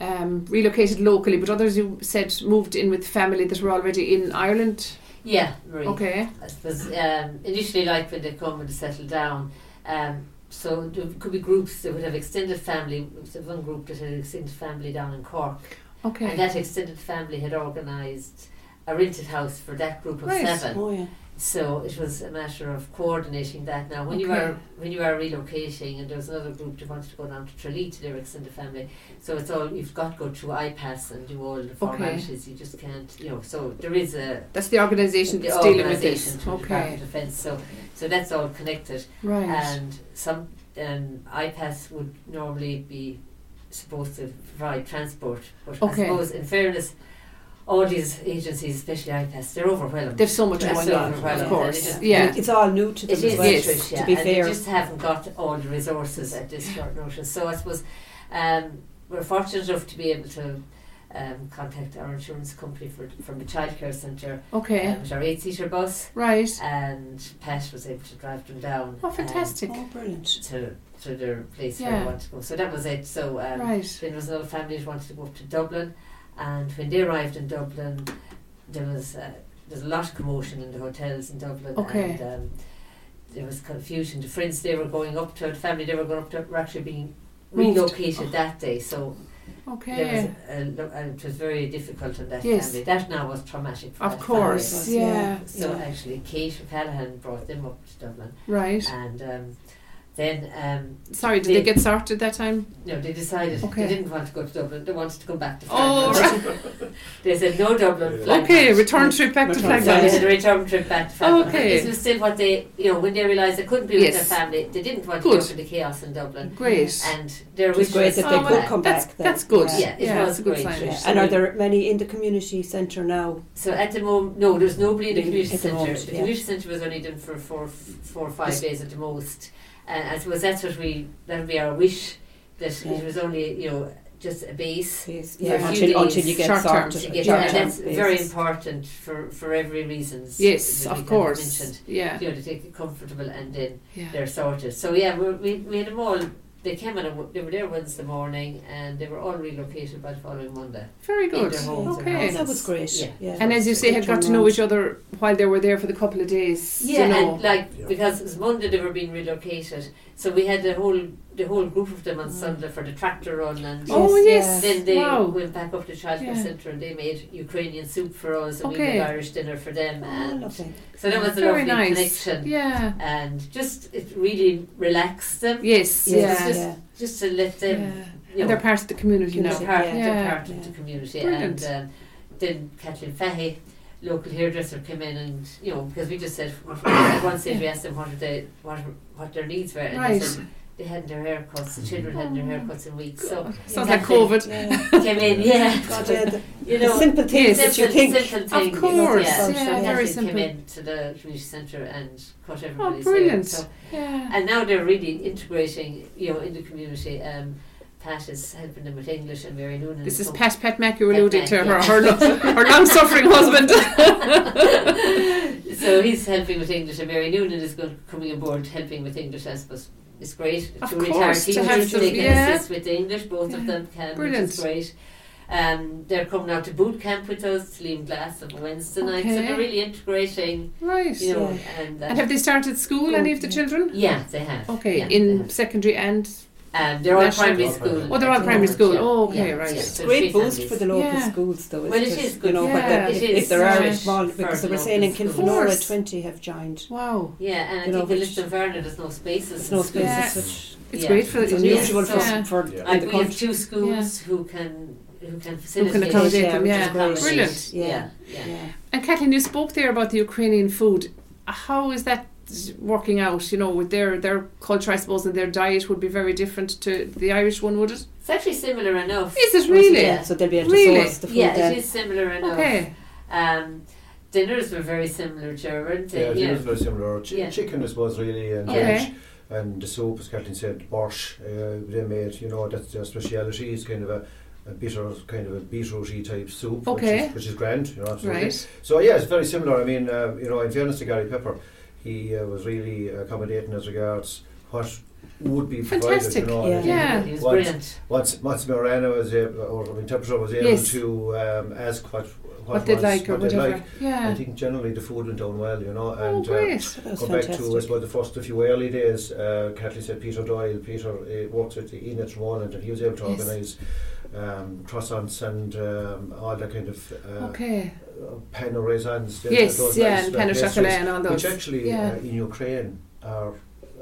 [SPEAKER 1] um, relocated locally, but others you said moved in with family that were already in Ireland.
[SPEAKER 3] Yeah, Marie.
[SPEAKER 1] Okay.
[SPEAKER 3] I suppose um, initially, like when they come and settle down, um, so there could be groups that would have extended family. There was one group that had an extended family down in Cork, and
[SPEAKER 1] Okay.
[SPEAKER 3] that extended family had organised a rented house for that group of
[SPEAKER 1] Right.
[SPEAKER 3] seven.
[SPEAKER 4] Oh yeah.
[SPEAKER 3] So it was a matter of coordinating that. Now, when you
[SPEAKER 1] Okay.
[SPEAKER 3] are when you are relocating, and there was another group that wanted to go down to Tralee to their extended family, so it's all you've got to go through IPAS and do all the formalities. You just can't, you know. So there is a
[SPEAKER 1] That's the organisation
[SPEAKER 3] the
[SPEAKER 1] that's dealing with
[SPEAKER 3] organisation
[SPEAKER 1] this.
[SPEAKER 3] to the Department
[SPEAKER 1] Okay.
[SPEAKER 3] of Defence. So so that's all connected.
[SPEAKER 1] Right.
[SPEAKER 3] And some um, IPAS would normally be supposed to provide transport, but
[SPEAKER 1] Okay.
[SPEAKER 3] I suppose in fairness, all these agencies, especially IPAS, they're overwhelmed.
[SPEAKER 1] They've so much
[SPEAKER 3] That's
[SPEAKER 1] going
[SPEAKER 3] all
[SPEAKER 1] on,
[SPEAKER 3] right,
[SPEAKER 1] of
[SPEAKER 3] and
[SPEAKER 1] course.
[SPEAKER 3] it is-
[SPEAKER 1] Yeah.
[SPEAKER 4] And It's all new to
[SPEAKER 3] It is,
[SPEAKER 4] them. as well,
[SPEAKER 1] yes,
[SPEAKER 4] To
[SPEAKER 3] yeah,
[SPEAKER 4] be
[SPEAKER 3] and
[SPEAKER 4] fair.
[SPEAKER 3] they just haven't got all the resources at this short notice. So I suppose um, we're fortunate enough to be able to um, contact our insurance company for, from the childcare centre,
[SPEAKER 1] Okay.
[SPEAKER 3] um, with our eight-seater bus,
[SPEAKER 1] Right.
[SPEAKER 3] and Pat was able to drive them down.
[SPEAKER 1] Oh,
[SPEAKER 3] um,
[SPEAKER 1] fantastic.
[SPEAKER 4] Oh, brilliant.
[SPEAKER 3] to to their place where
[SPEAKER 1] Yeah.
[SPEAKER 3] they want to go. So that was it. So um,
[SPEAKER 1] Right.
[SPEAKER 3] then there was another family that wanted to go up to Dublin, and when they arrived in Dublin, there was uh, there's a lot of commotion in the hotels in Dublin,
[SPEAKER 1] Okay.
[SPEAKER 3] and um, there was confusion. The friends they were going up to, the family they were going up to, were actually being
[SPEAKER 1] Moved.
[SPEAKER 3] relocated that day. So there was
[SPEAKER 1] Okay.
[SPEAKER 3] a, lo- and it was very difficult on that
[SPEAKER 1] Yes.
[SPEAKER 3] family. That now was traumatic. For
[SPEAKER 1] Of
[SPEAKER 3] that
[SPEAKER 1] course.
[SPEAKER 4] was,
[SPEAKER 1] Yeah.
[SPEAKER 4] yeah.
[SPEAKER 3] Family. So
[SPEAKER 4] Yeah.
[SPEAKER 3] actually, Kate O'Callaghan brought them up to Dublin,
[SPEAKER 1] Right.
[SPEAKER 3] and um, then. Um,
[SPEAKER 1] Sorry, did they get sorted that time?
[SPEAKER 3] no, they decided
[SPEAKER 1] Okay.
[SPEAKER 3] they didn't want to go to Dublin. They wanted to come back to
[SPEAKER 1] Oh,
[SPEAKER 3] Flagmont. they said no Dublin.
[SPEAKER 2] Yeah.
[SPEAKER 3] Flagmont.
[SPEAKER 1] Okay, return trip back to
[SPEAKER 4] Return
[SPEAKER 3] So they had
[SPEAKER 1] Flagland.
[SPEAKER 3] a return trip back to Flagmont.
[SPEAKER 1] Okay.
[SPEAKER 3] This was still what they, you know, when they realised they couldn't be
[SPEAKER 1] Yes.
[SPEAKER 3] with their family, they didn't want to
[SPEAKER 1] Good.
[SPEAKER 3] go to the chaos in Dublin.
[SPEAKER 1] Great.
[SPEAKER 3] And their
[SPEAKER 4] It was
[SPEAKER 3] wish
[SPEAKER 4] great
[SPEAKER 3] was
[SPEAKER 4] that
[SPEAKER 1] Oh,
[SPEAKER 4] they
[SPEAKER 1] well,
[SPEAKER 4] could come
[SPEAKER 1] that's,
[SPEAKER 4] back. Then.
[SPEAKER 1] That's good.
[SPEAKER 4] Yeah.
[SPEAKER 3] Yeah, it
[SPEAKER 1] that's
[SPEAKER 3] was
[SPEAKER 1] a good
[SPEAKER 3] great.
[SPEAKER 1] sign.
[SPEAKER 4] Yeah. And are there many in the community centre now?
[SPEAKER 3] So at the moment, no, there was nobody in the
[SPEAKER 4] At
[SPEAKER 3] community
[SPEAKER 4] the
[SPEAKER 3] centre.
[SPEAKER 4] moment,
[SPEAKER 3] the
[SPEAKER 4] yeah.
[SPEAKER 3] community centre was only done for four, four or five
[SPEAKER 4] Yes.
[SPEAKER 3] days at the most. And I suppose that's what we, that would be our wish, that
[SPEAKER 4] Yeah.
[SPEAKER 3] it was only, you know, just a base.
[SPEAKER 4] Yes.
[SPEAKER 3] Yeah,
[SPEAKER 4] Yeah.
[SPEAKER 3] a few
[SPEAKER 4] Until,
[SPEAKER 3] days,
[SPEAKER 4] until you get
[SPEAKER 1] short term
[SPEAKER 4] sorted.
[SPEAKER 3] to get
[SPEAKER 1] Yeah.
[SPEAKER 3] and that's
[SPEAKER 4] Short-term
[SPEAKER 3] very
[SPEAKER 4] basis.
[SPEAKER 3] important for, for every reasons.
[SPEAKER 1] Yes,
[SPEAKER 3] that we
[SPEAKER 1] of
[SPEAKER 3] kind
[SPEAKER 1] course.
[SPEAKER 3] Mentioned.
[SPEAKER 1] Yeah.
[SPEAKER 3] You know, to take it comfortable and then
[SPEAKER 1] Yeah.
[SPEAKER 3] they're sorted. So yeah, we're, we we had them all. They came on. A, w- they were there once the morning, and they were all relocated by the following Monday.
[SPEAKER 1] Very
[SPEAKER 3] in
[SPEAKER 1] good.
[SPEAKER 3] their homes and
[SPEAKER 1] Okay.
[SPEAKER 3] houses.
[SPEAKER 4] That was great.
[SPEAKER 3] Yeah.
[SPEAKER 4] Yeah.
[SPEAKER 1] And as you say, had got to know
[SPEAKER 4] Turnaround.
[SPEAKER 1] each other while they were there for the couple of days.
[SPEAKER 3] Yeah,
[SPEAKER 1] you know.
[SPEAKER 3] and like
[SPEAKER 2] Yeah.
[SPEAKER 3] because it was Monday, they were being relocated. So we had the whole the whole group of them on
[SPEAKER 4] Mm.
[SPEAKER 3] Sunday for the tractor run, and
[SPEAKER 1] oh yes.
[SPEAKER 4] Yes,
[SPEAKER 3] then they
[SPEAKER 1] wow.
[SPEAKER 3] went back up to childcare
[SPEAKER 1] Yeah.
[SPEAKER 3] centre and they made Ukrainian soup for us, and we
[SPEAKER 1] Okay.
[SPEAKER 3] made Irish dinner for them,
[SPEAKER 4] Oh,
[SPEAKER 3] and
[SPEAKER 4] lovely.
[SPEAKER 3] so that was a
[SPEAKER 1] Very
[SPEAKER 3] lovely
[SPEAKER 1] nice.
[SPEAKER 3] connection.
[SPEAKER 1] Yeah.
[SPEAKER 3] and just it really relaxed them
[SPEAKER 1] Yes.
[SPEAKER 3] Yeah.
[SPEAKER 1] Yeah.
[SPEAKER 3] It's just- just to let
[SPEAKER 1] yeah.
[SPEAKER 3] them you
[SPEAKER 1] And
[SPEAKER 3] know,
[SPEAKER 1] they're part of the community
[SPEAKER 3] they're
[SPEAKER 1] now.
[SPEAKER 4] Community.
[SPEAKER 3] part,
[SPEAKER 1] Yeah.
[SPEAKER 3] they're part of the
[SPEAKER 4] Yeah.
[SPEAKER 3] community
[SPEAKER 1] Brilliant.
[SPEAKER 3] and um, then Kathleen Fahey local hairdresser came in and you know because we just said what- at one stage we asked them what are they what, are- what their needs were and they
[SPEAKER 1] Right. Oh,
[SPEAKER 3] said they had their haircuts. The children had their haircuts in weeks. So
[SPEAKER 1] Sounds like COVID.
[SPEAKER 4] Yeah.
[SPEAKER 3] came in, yeah.
[SPEAKER 4] God, yeah, the,
[SPEAKER 3] you
[SPEAKER 4] the
[SPEAKER 3] know,
[SPEAKER 4] simple things
[SPEAKER 1] Yes.
[SPEAKER 4] that you think.
[SPEAKER 3] simple thing.
[SPEAKER 1] Of course,
[SPEAKER 3] yeah.
[SPEAKER 1] yeah,
[SPEAKER 4] Social, yeah.
[SPEAKER 1] very
[SPEAKER 3] Nothing
[SPEAKER 1] simple.
[SPEAKER 3] came in to the community centre and cut
[SPEAKER 1] Oh,
[SPEAKER 3] everybody's hair.
[SPEAKER 1] brilliant.
[SPEAKER 3] So,
[SPEAKER 1] yeah.
[SPEAKER 3] and now they're really integrating, you know, in the community. Um, Pat is helping them with English, and Mary Noonan.
[SPEAKER 1] This is
[SPEAKER 3] come-
[SPEAKER 1] Pat Pat Mac, you
[SPEAKER 3] Pat
[SPEAKER 1] alluded
[SPEAKER 3] Mac,
[SPEAKER 1] to her,
[SPEAKER 3] yeah.
[SPEAKER 1] her, lo- her long-suffering husband.
[SPEAKER 3] so he's helping with English, and Mary Noonan is going, coming aboard helping with English. I suppose it's great.
[SPEAKER 1] Of
[SPEAKER 3] Two
[SPEAKER 1] course,
[SPEAKER 3] retired
[SPEAKER 1] to
[SPEAKER 3] teachers,
[SPEAKER 1] have some-
[SPEAKER 3] they can
[SPEAKER 1] yeah.
[SPEAKER 3] assist with the English. Both of
[SPEAKER 1] Yeah.
[SPEAKER 3] them can,
[SPEAKER 1] Brilliant.
[SPEAKER 3] which is great. Um, they're coming out to boot camp with us, Liam Glass on Wednesday night. So
[SPEAKER 1] Okay.
[SPEAKER 3] they're really integrating,
[SPEAKER 1] right.
[SPEAKER 3] you know,
[SPEAKER 4] Yeah.
[SPEAKER 3] and, uh,
[SPEAKER 1] And have they started school, any of the
[SPEAKER 4] Yeah.
[SPEAKER 1] children?
[SPEAKER 3] yeah, they have.
[SPEAKER 1] Okay,
[SPEAKER 3] yeah,
[SPEAKER 1] in
[SPEAKER 3] they have.
[SPEAKER 1] secondary and...
[SPEAKER 3] um, they're all
[SPEAKER 1] National-
[SPEAKER 3] primary
[SPEAKER 2] All primary.
[SPEAKER 3] school.
[SPEAKER 1] Oh, they're all
[SPEAKER 3] at the
[SPEAKER 1] primary
[SPEAKER 3] moment,
[SPEAKER 1] school.
[SPEAKER 3] yeah,
[SPEAKER 1] Oh, okay,
[SPEAKER 3] yeah,
[SPEAKER 1] right.
[SPEAKER 3] yeah,
[SPEAKER 4] It's
[SPEAKER 3] so
[SPEAKER 4] a great
[SPEAKER 3] three
[SPEAKER 4] boost
[SPEAKER 3] families.
[SPEAKER 4] for the local
[SPEAKER 1] Yeah.
[SPEAKER 4] schools, though. It's
[SPEAKER 3] Well, it
[SPEAKER 4] just,
[SPEAKER 3] is
[SPEAKER 4] You
[SPEAKER 3] good
[SPEAKER 4] know,
[SPEAKER 1] for
[SPEAKER 4] but
[SPEAKER 1] them.
[SPEAKER 4] the,
[SPEAKER 1] It
[SPEAKER 4] if,
[SPEAKER 3] is
[SPEAKER 4] if there are
[SPEAKER 1] good
[SPEAKER 4] small,
[SPEAKER 3] for
[SPEAKER 4] because they were
[SPEAKER 3] local
[SPEAKER 4] saying in
[SPEAKER 3] schools.
[SPEAKER 1] Of
[SPEAKER 4] Kilfenora,
[SPEAKER 1] course.
[SPEAKER 4] twenty have joined.
[SPEAKER 1] Wow.
[SPEAKER 3] Yeah, and I
[SPEAKER 4] You know,
[SPEAKER 3] think in
[SPEAKER 4] which-
[SPEAKER 3] Liston Vernon there's no spaces.
[SPEAKER 4] There's
[SPEAKER 3] in
[SPEAKER 4] no
[SPEAKER 3] schools.
[SPEAKER 1] Yes.
[SPEAKER 4] spaces, which
[SPEAKER 1] It's
[SPEAKER 3] Yeah.
[SPEAKER 1] great for
[SPEAKER 4] is
[SPEAKER 1] the
[SPEAKER 4] unusual
[SPEAKER 3] Yes.
[SPEAKER 4] for,
[SPEAKER 1] Yeah.
[SPEAKER 4] for
[SPEAKER 2] Yeah.
[SPEAKER 4] in
[SPEAKER 3] And
[SPEAKER 4] the
[SPEAKER 3] we
[SPEAKER 4] country.
[SPEAKER 3] have two schools who can who can
[SPEAKER 1] Who
[SPEAKER 3] facilitate.
[SPEAKER 1] can accommodate
[SPEAKER 4] Yeah,
[SPEAKER 1] them,
[SPEAKER 4] which
[SPEAKER 1] yeah.
[SPEAKER 4] is great.
[SPEAKER 1] Brilliant.
[SPEAKER 3] Yeah,
[SPEAKER 4] Yeah.
[SPEAKER 3] yeah.
[SPEAKER 4] Yeah.
[SPEAKER 1] And Kathleen, you spoke there about the Ukrainian food. How is that working out? You know, with their their culture, I suppose, and their diet would be very different to the Irish one, would it?
[SPEAKER 3] It's actually similar enough.
[SPEAKER 1] Is it really?
[SPEAKER 3] Yeah.
[SPEAKER 4] So they'll be able to
[SPEAKER 1] Really?
[SPEAKER 4] source the food
[SPEAKER 3] yeah,
[SPEAKER 4] then.
[SPEAKER 3] it is similar enough.
[SPEAKER 1] Okay.
[SPEAKER 3] Um, dinners were very similar to weren't
[SPEAKER 2] Yeah,
[SPEAKER 3] they?
[SPEAKER 2] it is very similar. Ch-
[SPEAKER 3] Yeah.
[SPEAKER 2] Chicken, I suppose, really, and
[SPEAKER 3] Okay.
[SPEAKER 2] veg, and the soup, as Kathleen said, borsch. Uh, they made, you know, that's their speciality. It's kind of a, a bitter, kind of a beetrooty type soup,
[SPEAKER 1] Okay.
[SPEAKER 2] which, is, which is grand. You know, absolutely.
[SPEAKER 1] Right.
[SPEAKER 2] So yeah, it's very similar. I mean, uh, you know, in fairness to Gary Pepper, he uh, was really accommodating as regards what would be
[SPEAKER 1] Fantastic.
[SPEAKER 2] provided. You know,
[SPEAKER 4] Yeah.
[SPEAKER 2] and
[SPEAKER 1] Yeah.
[SPEAKER 3] It was
[SPEAKER 2] Once-
[SPEAKER 3] brilliant.
[SPEAKER 2] Once Mats Moreno was able, or interpreter was able
[SPEAKER 1] Yes.
[SPEAKER 2] to um, ask what
[SPEAKER 1] What,
[SPEAKER 2] what,
[SPEAKER 1] they'd
[SPEAKER 2] was-
[SPEAKER 1] like or
[SPEAKER 2] what they'd
[SPEAKER 1] whatever.
[SPEAKER 2] like. I
[SPEAKER 1] Yeah.
[SPEAKER 2] think generally the food went down well, you know,
[SPEAKER 1] oh,
[SPEAKER 2] and. uh,
[SPEAKER 1] great.
[SPEAKER 4] That was
[SPEAKER 2] Go back
[SPEAKER 4] fantastic.
[SPEAKER 2] to as well the first few early days. Uh, Kathleen said Peter Doyle. Peter uh, worked at the Enid Rowland, and he was able to
[SPEAKER 1] Yes.
[SPEAKER 2] organise um, croissants and um, all that kind of uh,
[SPEAKER 1] okay.
[SPEAKER 2] uh, pan au raisins. th-
[SPEAKER 1] Yes,
[SPEAKER 2] those
[SPEAKER 1] yeah,
[SPEAKER 2] nice,
[SPEAKER 1] and
[SPEAKER 2] uh,
[SPEAKER 1] pan au
[SPEAKER 2] pastries,
[SPEAKER 1] chocolat and all those.
[SPEAKER 2] which actually
[SPEAKER 1] yeah.
[SPEAKER 2] uh, in Ukraine are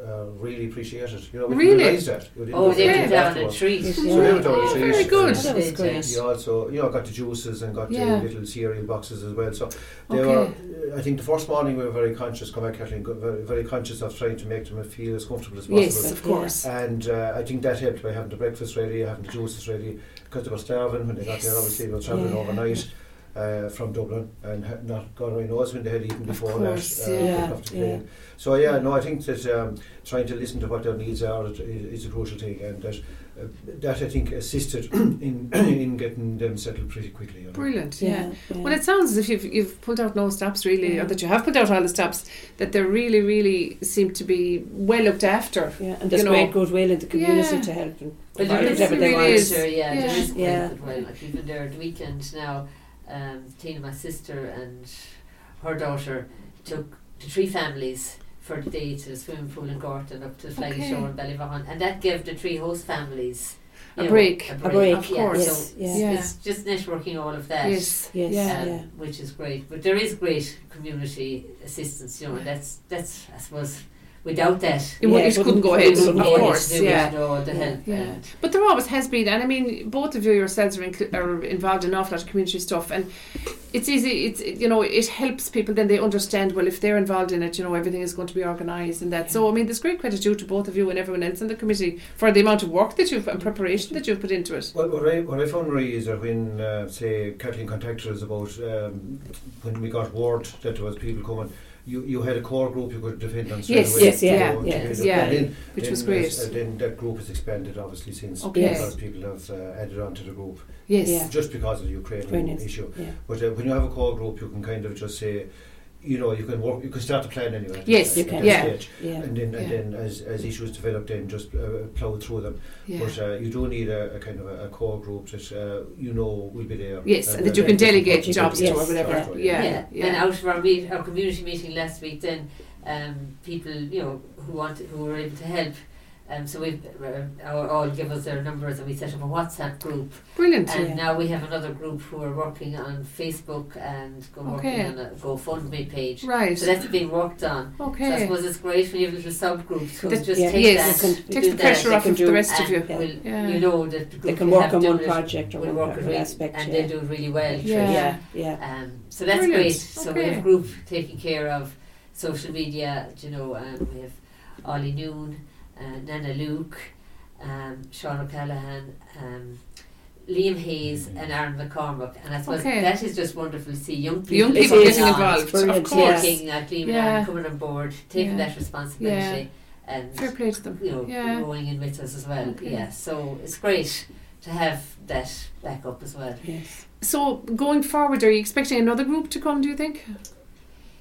[SPEAKER 2] uh, really appreciated. You know, we
[SPEAKER 1] Really?
[SPEAKER 2] realised that. We didn't
[SPEAKER 3] Oh,
[SPEAKER 1] Yeah.
[SPEAKER 3] they were
[SPEAKER 2] realise that
[SPEAKER 3] down a
[SPEAKER 2] afterwards.
[SPEAKER 3] treat.
[SPEAKER 4] Yeah.
[SPEAKER 2] So they were down
[SPEAKER 1] Oh,
[SPEAKER 2] a treat.
[SPEAKER 1] very good.
[SPEAKER 2] and
[SPEAKER 4] That was
[SPEAKER 3] They
[SPEAKER 4] great.
[SPEAKER 2] You also, you know, got the juices and got
[SPEAKER 1] Yeah.
[SPEAKER 2] the little cereal boxes as well. So they
[SPEAKER 1] Okay.
[SPEAKER 2] were. uh, I think the first morning we were very conscious. Come back, Kathleen. go- Very, very conscious of trying to make them feel as comfortable as possible.
[SPEAKER 1] Yes, of
[SPEAKER 4] Yeah.
[SPEAKER 1] course.
[SPEAKER 2] And uh, I think that helped by having the breakfast ready, having the juices ready, because they were starving when they got there.
[SPEAKER 1] Yes.
[SPEAKER 2] Obviously, they were travelling
[SPEAKER 4] Yeah.
[SPEAKER 2] overnight uh, from Dublin, and ha- not God only knows when they had eaten before
[SPEAKER 1] course,
[SPEAKER 2] that. Uh,
[SPEAKER 1] yeah.
[SPEAKER 2] got off the
[SPEAKER 4] Yeah,
[SPEAKER 2] plane. So yeah, no, I think that um, trying to listen to what their needs are is, is a crucial thing, and that uh, that I think assisted in in getting them settled pretty quickly. you know.
[SPEAKER 1] Brilliant. yeah.
[SPEAKER 4] Yeah.
[SPEAKER 1] Well, it sounds as if you've, you've pulled out no stops, really, or that you have pulled out all the stops, that they really, really seem to be well looked after.
[SPEAKER 4] yeah. And there's
[SPEAKER 1] you know-
[SPEAKER 4] great goodwill in the community
[SPEAKER 1] Yeah.
[SPEAKER 4] to help and
[SPEAKER 1] Well,
[SPEAKER 3] But
[SPEAKER 4] provide
[SPEAKER 3] there
[SPEAKER 1] it
[SPEAKER 3] is
[SPEAKER 4] whatever they
[SPEAKER 1] really
[SPEAKER 4] want.
[SPEAKER 1] is.
[SPEAKER 3] Sure, yeah, there is quite
[SPEAKER 4] Yeah.
[SPEAKER 3] a good one. Like even there at the weekend now, um, Tina, my sister, and her daughter took the three families for the day to the swimming pool in Gort and up to the Flaggy
[SPEAKER 1] Okay.
[SPEAKER 3] Shore in Ballyvaughan, and that gave the three host families
[SPEAKER 1] A
[SPEAKER 3] you know,
[SPEAKER 1] break.
[SPEAKER 3] A
[SPEAKER 4] A
[SPEAKER 3] break,
[SPEAKER 4] break,
[SPEAKER 1] Of
[SPEAKER 3] yeah.
[SPEAKER 1] course.
[SPEAKER 3] So
[SPEAKER 4] Yes, yeah.
[SPEAKER 1] Yeah.
[SPEAKER 3] it's just networking all of that.
[SPEAKER 1] Yes.
[SPEAKER 4] Yes,
[SPEAKER 1] Yeah.
[SPEAKER 3] um,
[SPEAKER 4] yeah.
[SPEAKER 3] which is great. But there is great community assistance, you know, and that's that's I suppose without that
[SPEAKER 1] It, wou-
[SPEAKER 4] Yeah,
[SPEAKER 1] it couldn't
[SPEAKER 4] wouldn't-
[SPEAKER 1] go
[SPEAKER 4] it
[SPEAKER 1] ahead,
[SPEAKER 4] wouldn't
[SPEAKER 1] of
[SPEAKER 4] go
[SPEAKER 3] wouldn't be
[SPEAKER 4] ahead.
[SPEAKER 1] course.
[SPEAKER 3] able to do
[SPEAKER 1] yeah.
[SPEAKER 3] it, all the
[SPEAKER 4] Yeah.
[SPEAKER 3] help
[SPEAKER 1] Yeah.
[SPEAKER 3] and
[SPEAKER 1] But there always has been, and I mean, both of you yourselves are, inclu- are involved in an awful lot of community stuff, and it's easy. It's you know, it helps people. Then they understand. Well, if they're involved in it, you know, everything is going to be organised and that. So I mean, there's great gratitude to both of you and everyone else in the committee for the amount of work that you've and preparation that you've put into it.
[SPEAKER 2] Well, what I, what I found really is that when, uh, say, Kathleen contacted us about um, when we got word that there was people coming, you, you had a core group you could depend on straight
[SPEAKER 1] Yes,
[SPEAKER 2] away.
[SPEAKER 4] yes,
[SPEAKER 2] to
[SPEAKER 4] yeah,
[SPEAKER 2] go and
[SPEAKER 4] yeah,
[SPEAKER 2] to
[SPEAKER 1] yeah,
[SPEAKER 2] And then,
[SPEAKER 1] which
[SPEAKER 2] then
[SPEAKER 1] was great.
[SPEAKER 2] as- and then that group has expanded, obviously, since
[SPEAKER 1] Okay.
[SPEAKER 2] because people have uh, added on to the group,
[SPEAKER 1] Yes.
[SPEAKER 4] Yeah.
[SPEAKER 2] just because of the Ukrainian
[SPEAKER 4] Ukrainians,
[SPEAKER 2] issue.
[SPEAKER 4] yeah.
[SPEAKER 2] But uh, when you have a core group, you can kind of just say, you know, you can work, you can start to plan anyway. at
[SPEAKER 1] Yes,
[SPEAKER 2] that-
[SPEAKER 4] you
[SPEAKER 2] at
[SPEAKER 4] can.
[SPEAKER 2] that
[SPEAKER 1] Yeah.
[SPEAKER 2] stage.
[SPEAKER 4] Yeah.
[SPEAKER 2] And then, and
[SPEAKER 1] Yeah.
[SPEAKER 2] then as, as issues develop, then just uh, plough through them.
[SPEAKER 1] Yeah.
[SPEAKER 2] But uh, you do need a, a kind of a, a core group that uh, you know will be there. Uh,
[SPEAKER 1] Yes, and that you can
[SPEAKER 2] then
[SPEAKER 1] delegate
[SPEAKER 2] you can
[SPEAKER 1] jobs
[SPEAKER 4] to
[SPEAKER 2] delegate
[SPEAKER 4] or
[SPEAKER 1] whatever.
[SPEAKER 2] jobs to,
[SPEAKER 1] Yeah.
[SPEAKER 3] And
[SPEAKER 1] yeah.
[SPEAKER 3] out of our meet, our community meeting last week, then um, people you know who want who were able to help. Um, so we've uh, all all give us their numbers and we set up a WhatsApp group
[SPEAKER 1] Brilliant.
[SPEAKER 3] and
[SPEAKER 4] Yeah.
[SPEAKER 3] now we have another group who are working on Facebook and go
[SPEAKER 1] Okay.
[SPEAKER 3] working on a GoFundMe page.
[SPEAKER 1] Right.
[SPEAKER 3] So that's being worked on. So I
[SPEAKER 1] okay.
[SPEAKER 3] suppose it's great when you have little subgroups who
[SPEAKER 1] That-
[SPEAKER 3] just
[SPEAKER 4] yeah.
[SPEAKER 3] take
[SPEAKER 1] yes.
[SPEAKER 3] that,
[SPEAKER 4] Can-
[SPEAKER 1] Takes
[SPEAKER 3] do
[SPEAKER 1] the
[SPEAKER 3] that,
[SPEAKER 1] pressure
[SPEAKER 4] they
[SPEAKER 1] off
[SPEAKER 4] can
[SPEAKER 1] of the
[SPEAKER 4] do-
[SPEAKER 1] rest of you.
[SPEAKER 3] and will
[SPEAKER 1] Yeah.
[SPEAKER 3] you know that the
[SPEAKER 4] They
[SPEAKER 3] group
[SPEAKER 4] can
[SPEAKER 3] you
[SPEAKER 4] work
[SPEAKER 3] have
[SPEAKER 4] on
[SPEAKER 3] done
[SPEAKER 4] one
[SPEAKER 3] it
[SPEAKER 4] project or
[SPEAKER 3] will
[SPEAKER 4] one
[SPEAKER 3] work
[SPEAKER 4] whatever
[SPEAKER 3] really,
[SPEAKER 4] aspect.
[SPEAKER 3] and
[SPEAKER 4] yeah.
[SPEAKER 3] they do really well.
[SPEAKER 1] Yeah.
[SPEAKER 4] yeah, yeah.
[SPEAKER 3] Um, so that's
[SPEAKER 1] Brilliant.
[SPEAKER 3] great. So we have
[SPEAKER 1] Okay.
[SPEAKER 3] a group taking care of social media, you know, um, we have Ollie Noon, um, uh, Nana Luke, um, Sean O'Callaghan, um, Liam Hayes,
[SPEAKER 2] Mhm.
[SPEAKER 3] and Aaron McCormack. And I suppose
[SPEAKER 1] Okay.
[SPEAKER 3] that is just wonderful to see young people,
[SPEAKER 1] The young
[SPEAKER 4] It
[SPEAKER 1] people
[SPEAKER 4] is.
[SPEAKER 1] getting
[SPEAKER 3] on,
[SPEAKER 1] involved, of
[SPEAKER 4] Brilliant,
[SPEAKER 1] course.
[SPEAKER 3] Taking, like Liam and
[SPEAKER 1] Yeah.
[SPEAKER 3] Aaron coming on board, taking
[SPEAKER 1] Yeah.
[SPEAKER 3] that responsibility, and
[SPEAKER 1] Fair play to them.
[SPEAKER 3] you know,
[SPEAKER 1] Yeah.
[SPEAKER 3] rolling in with us as well.
[SPEAKER 1] Okay.
[SPEAKER 3] Yeah, so it's great to have that back up as well.
[SPEAKER 4] Yes.
[SPEAKER 1] So going forward, are you expecting another group to come? Do you think?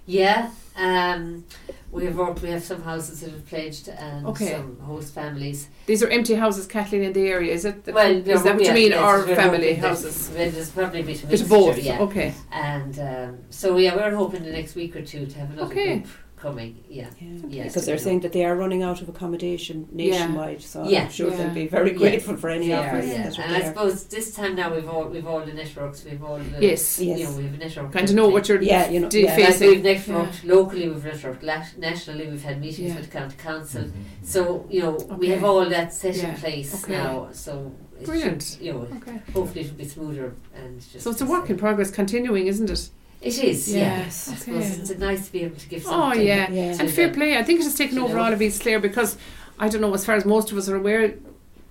[SPEAKER 3] Yeah, um, we have worked, we have some houses that have pledged and
[SPEAKER 1] Okay.
[SPEAKER 3] some host families.
[SPEAKER 1] These are empty houses, Kathleen, in the area. Is it?
[SPEAKER 3] well,
[SPEAKER 1] is that what you mean? Or family houses?
[SPEAKER 3] There's probably a bit of,
[SPEAKER 1] It's
[SPEAKER 3] mixture,
[SPEAKER 1] both.
[SPEAKER 3] Yeah.
[SPEAKER 1] Okay.
[SPEAKER 3] And um, so yeah, we're hoping the next week or two to have another
[SPEAKER 1] Okay.
[SPEAKER 3] group coming. Yeah.
[SPEAKER 4] Yeah.
[SPEAKER 3] Yeah.
[SPEAKER 4] Because they're saying that they are running out of accommodation
[SPEAKER 1] Yeah.
[SPEAKER 4] nationwide, so
[SPEAKER 3] Yeah.
[SPEAKER 4] I'm sure
[SPEAKER 1] Yeah.
[SPEAKER 4] they'll be very
[SPEAKER 3] Yeah.
[SPEAKER 4] grateful for any
[SPEAKER 3] They are,
[SPEAKER 4] offers
[SPEAKER 3] yeah.
[SPEAKER 4] that are
[SPEAKER 3] And I
[SPEAKER 4] there.
[SPEAKER 3] suppose this time now we've all we've all the networks, we've all the
[SPEAKER 1] Yes.
[SPEAKER 3] you
[SPEAKER 4] Yes.
[SPEAKER 3] know, we have a network.
[SPEAKER 1] Kind of know what you're
[SPEAKER 4] Yeah, you know,
[SPEAKER 1] do
[SPEAKER 4] yeah.
[SPEAKER 3] like
[SPEAKER 1] facing.
[SPEAKER 3] we've networked locally, we've networked la- nationally, we've had meetings
[SPEAKER 1] Yeah.
[SPEAKER 3] with county council. So you know
[SPEAKER 1] Okay.
[SPEAKER 3] we have all that set
[SPEAKER 1] Yeah.
[SPEAKER 3] in place
[SPEAKER 1] Okay.
[SPEAKER 3] now. So it
[SPEAKER 1] Brilliant.
[SPEAKER 3] Should, you know,
[SPEAKER 1] Okay.
[SPEAKER 3] hopefully it'll be smoother and just.
[SPEAKER 1] So it's a work in progress, continuing, isn't it?
[SPEAKER 3] It is, yeah.
[SPEAKER 1] Yes,
[SPEAKER 3] I
[SPEAKER 1] okay.
[SPEAKER 3] suppose it's nice to be able to give
[SPEAKER 1] Oh,
[SPEAKER 3] something.
[SPEAKER 1] yeah.
[SPEAKER 4] Yeah.
[SPEAKER 1] And fair play, I think it has taken
[SPEAKER 3] You
[SPEAKER 1] over
[SPEAKER 3] know.
[SPEAKER 1] all of East Clare because I don't know, as far as most of us are aware,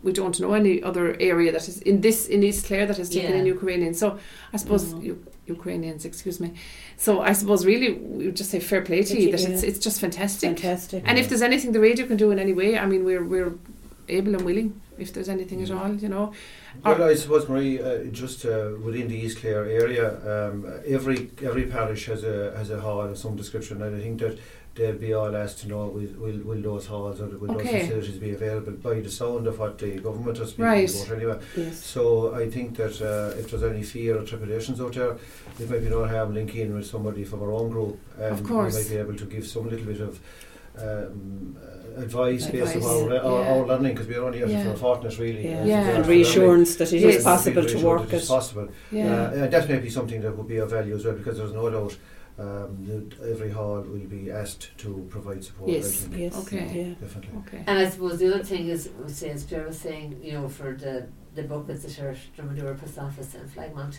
[SPEAKER 1] we don't know any other area that is in this in East Clare that has taken in
[SPEAKER 3] Yeah.
[SPEAKER 1] Ukrainians. So I suppose
[SPEAKER 4] No.
[SPEAKER 1] U- Ukrainians, excuse me. So I suppose really we would just say fair play to
[SPEAKER 4] It-
[SPEAKER 1] you that
[SPEAKER 4] yeah.
[SPEAKER 1] it's it's just fantastic.
[SPEAKER 4] Fantastic.
[SPEAKER 1] And if there's anything the radio can do in any way, I mean we're we're able and willing if there's anything at
[SPEAKER 2] Yeah.
[SPEAKER 1] all, you know.
[SPEAKER 2] Well, I suppose, Marie, uh, just uh, within the East Clare area, um, every every parish has a has a hall of some description, and I think that they'll be all asked to know will, will, will those halls or will
[SPEAKER 1] Okay.
[SPEAKER 2] those facilities be available by the sound of what the government has been
[SPEAKER 1] Right.
[SPEAKER 2] about anyway.
[SPEAKER 4] yes.
[SPEAKER 2] So I think that uh, if there's any fear or trepidations out there, it might be no harm linking in with somebody from our own group, and
[SPEAKER 1] Of course.
[SPEAKER 2] we might be able to give some little bit of um, uh, advice, based on
[SPEAKER 1] Advice,
[SPEAKER 2] our, our,
[SPEAKER 1] yeah.
[SPEAKER 2] our learning because we're only here
[SPEAKER 1] Yeah.
[SPEAKER 2] for a fortnight really.
[SPEAKER 4] Yeah.
[SPEAKER 2] and,
[SPEAKER 1] Yeah.
[SPEAKER 2] uh,
[SPEAKER 4] And
[SPEAKER 2] learning.
[SPEAKER 4] reassurance that it is
[SPEAKER 1] Yes.
[SPEAKER 4] possible
[SPEAKER 2] Reassurance
[SPEAKER 4] to
[SPEAKER 2] that
[SPEAKER 4] work
[SPEAKER 2] it
[SPEAKER 4] it.
[SPEAKER 2] is possible.
[SPEAKER 1] Yeah.
[SPEAKER 2] Uh, and that may be something that would be of value as well because there's no doubt um, that every hall will be asked to provide support. I
[SPEAKER 1] Yes.
[SPEAKER 2] think,
[SPEAKER 4] Yes.
[SPEAKER 1] Okay.
[SPEAKER 4] Yeah.
[SPEAKER 2] Definitely.
[SPEAKER 1] Okay.
[SPEAKER 3] And I suppose the other thing is, we say, as Pierre was saying, you know, for the, the buckets that are Drummondura Post Office and Flagmont,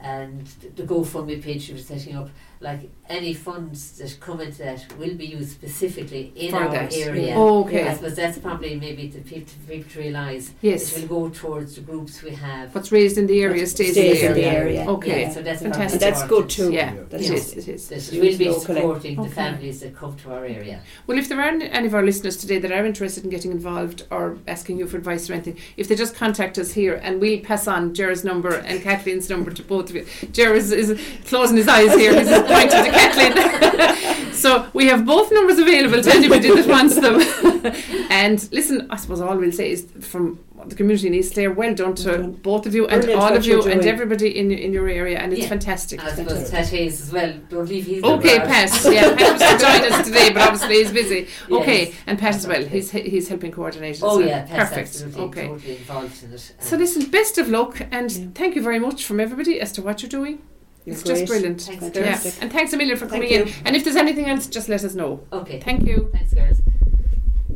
[SPEAKER 3] and the GoFundMe page you were setting up, like any funds that come into that will be used specifically in
[SPEAKER 1] For
[SPEAKER 3] our
[SPEAKER 1] that, Oh,
[SPEAKER 3] area.
[SPEAKER 4] yeah.
[SPEAKER 1] Okay.
[SPEAKER 3] I suppose that's probably maybe the people, people to realise
[SPEAKER 1] Yes.
[SPEAKER 3] it will go towards the groups we have.
[SPEAKER 1] What's raised in the area stays,
[SPEAKER 4] Stays
[SPEAKER 1] in the area.
[SPEAKER 4] area.
[SPEAKER 1] Okay.
[SPEAKER 3] Yeah, so that's
[SPEAKER 1] Fantastic.
[SPEAKER 4] And that's good too.
[SPEAKER 1] Yeah,
[SPEAKER 2] Yeah.
[SPEAKER 4] That's
[SPEAKER 1] it
[SPEAKER 3] Yeah.
[SPEAKER 1] is, it is.
[SPEAKER 3] That
[SPEAKER 4] Use
[SPEAKER 3] we'll be
[SPEAKER 4] locally.
[SPEAKER 3] supporting
[SPEAKER 1] Okay.
[SPEAKER 3] the families that come to our area.
[SPEAKER 1] Well, if there are any any of our listeners today that are interested in getting involved or asking you for advice or anything, if they just contact us here and we'll pass on Jerry's number and Kathleen's number to both of you. Jerry is, is closing his eyes here, he's just pointing to Kathleen. so we have both numbers available to anybody that wants them. and listen, I suppose all we'll say is from the community in East Clare, well done to
[SPEAKER 4] Well done.
[SPEAKER 1] both of you and
[SPEAKER 4] Brilliant
[SPEAKER 1] all
[SPEAKER 4] what
[SPEAKER 1] of you
[SPEAKER 4] you're
[SPEAKER 1] and
[SPEAKER 4] doing.
[SPEAKER 1] everybody in, in your area, and it's
[SPEAKER 3] Yeah.
[SPEAKER 1] fantastic.
[SPEAKER 3] And I suppose
[SPEAKER 4] Fantastic.
[SPEAKER 3] Tatis as well. Don't leave his
[SPEAKER 1] Okay,
[SPEAKER 3] number out.
[SPEAKER 1] Pat. Yeah, Pat was to join us today, but obviously he's busy.
[SPEAKER 3] Yes.
[SPEAKER 1] Okay, and Pat as well. He's he's helping coordinate. as
[SPEAKER 3] Oh
[SPEAKER 1] well.
[SPEAKER 3] yeah, Pat's
[SPEAKER 1] perfect.
[SPEAKER 3] absolutely
[SPEAKER 1] Okay.
[SPEAKER 3] totally involved in it.
[SPEAKER 1] So listen, best of luck, and
[SPEAKER 4] Yeah.
[SPEAKER 1] thank you very much from everybody as to what you're doing.
[SPEAKER 4] You're
[SPEAKER 1] it's
[SPEAKER 4] great.
[SPEAKER 1] just brilliant.
[SPEAKER 3] Thanks,
[SPEAKER 1] Yeah.
[SPEAKER 4] Fantastic.
[SPEAKER 1] And thanks a million for
[SPEAKER 4] Thank
[SPEAKER 1] coming
[SPEAKER 4] you.
[SPEAKER 1] in. And if there's anything else, just let us know.
[SPEAKER 3] okay,
[SPEAKER 1] Thank you.
[SPEAKER 3] thanks, girls.